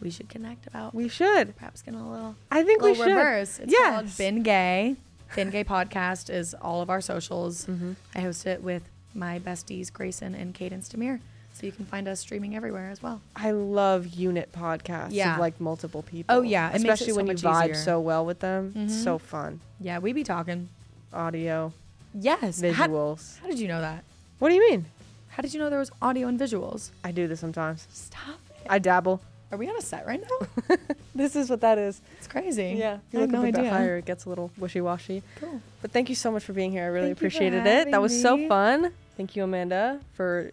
Speaker 2: We should connect about.
Speaker 1: We should.
Speaker 2: perhaps get a little.
Speaker 1: I think we
Speaker 2: little
Speaker 1: should.
Speaker 2: reverse. It's
Speaker 1: Yes.
Speaker 2: called Been Gay. Been Gay podcast is all of our socials.
Speaker 1: Mm-hmm.
Speaker 2: I host it with my besties Grayson and Cadence Demir, so you can find us streaming everywhere as well.
Speaker 1: I love unit podcasts
Speaker 2: Yeah.
Speaker 1: of like multiple people.
Speaker 2: Oh, yeah, it makes it
Speaker 1: especially
Speaker 2: so
Speaker 1: when you
Speaker 2: much
Speaker 1: vibe
Speaker 2: easier. Mm-hmm.
Speaker 1: so well with them. It's so fun.
Speaker 2: Yeah, we be talking.
Speaker 1: Audio,
Speaker 2: Yes. How-
Speaker 1: visuals.
Speaker 2: How, did you know that?
Speaker 1: What do you mean?
Speaker 2: How did you know there was audio and visuals?
Speaker 1: I do this sometimes.
Speaker 2: Stop it.
Speaker 1: I dabble.
Speaker 2: Are we on a set right now?
Speaker 1: This is what that is.
Speaker 2: It's crazy.
Speaker 1: Yeah,
Speaker 2: I
Speaker 1: you
Speaker 2: had
Speaker 1: look
Speaker 2: no
Speaker 1: up a bit
Speaker 2: idea.
Speaker 1: higher, it gets a little wishy-washy.
Speaker 2: Cool.
Speaker 1: But thank you so much for being here. I really
Speaker 2: Thank you for
Speaker 1: appreciated it. That
Speaker 2: having
Speaker 1: was so
Speaker 2: me.
Speaker 1: fun. Thank you, Amanda, for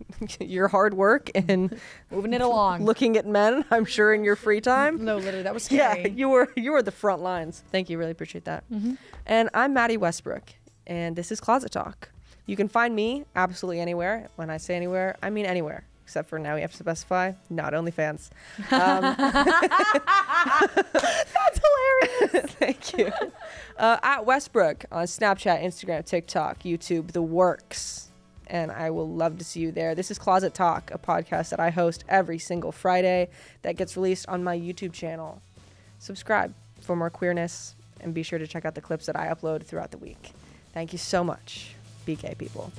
Speaker 1: your hard work and
Speaker 2: Moving it along.
Speaker 1: looking at men. I'm sure in your free time.
Speaker 2: No, literally, that was
Speaker 1: Yeah,
Speaker 2: scary.
Speaker 1: you were you were the front lines. Thank you. Really appreciate that. And I'm Maddie Westbrook, and this is Closet Talk. You can find me absolutely anywhere. When I say anywhere, I mean anywhere. Except for now, we have to specify not OnlyFans. Um, That's hilarious. Thank you. Uh, at Westbrook on Snapchat, Instagram, TikTok, YouTube, The Works. And I will love to see you there. This is Closet Talk, a podcast that I host every single Friday that gets released on my YouTube channel. Subscribe for more queerness and be sure to check out the clips that I upload throughout the week. Thank you so much. Be gay, people.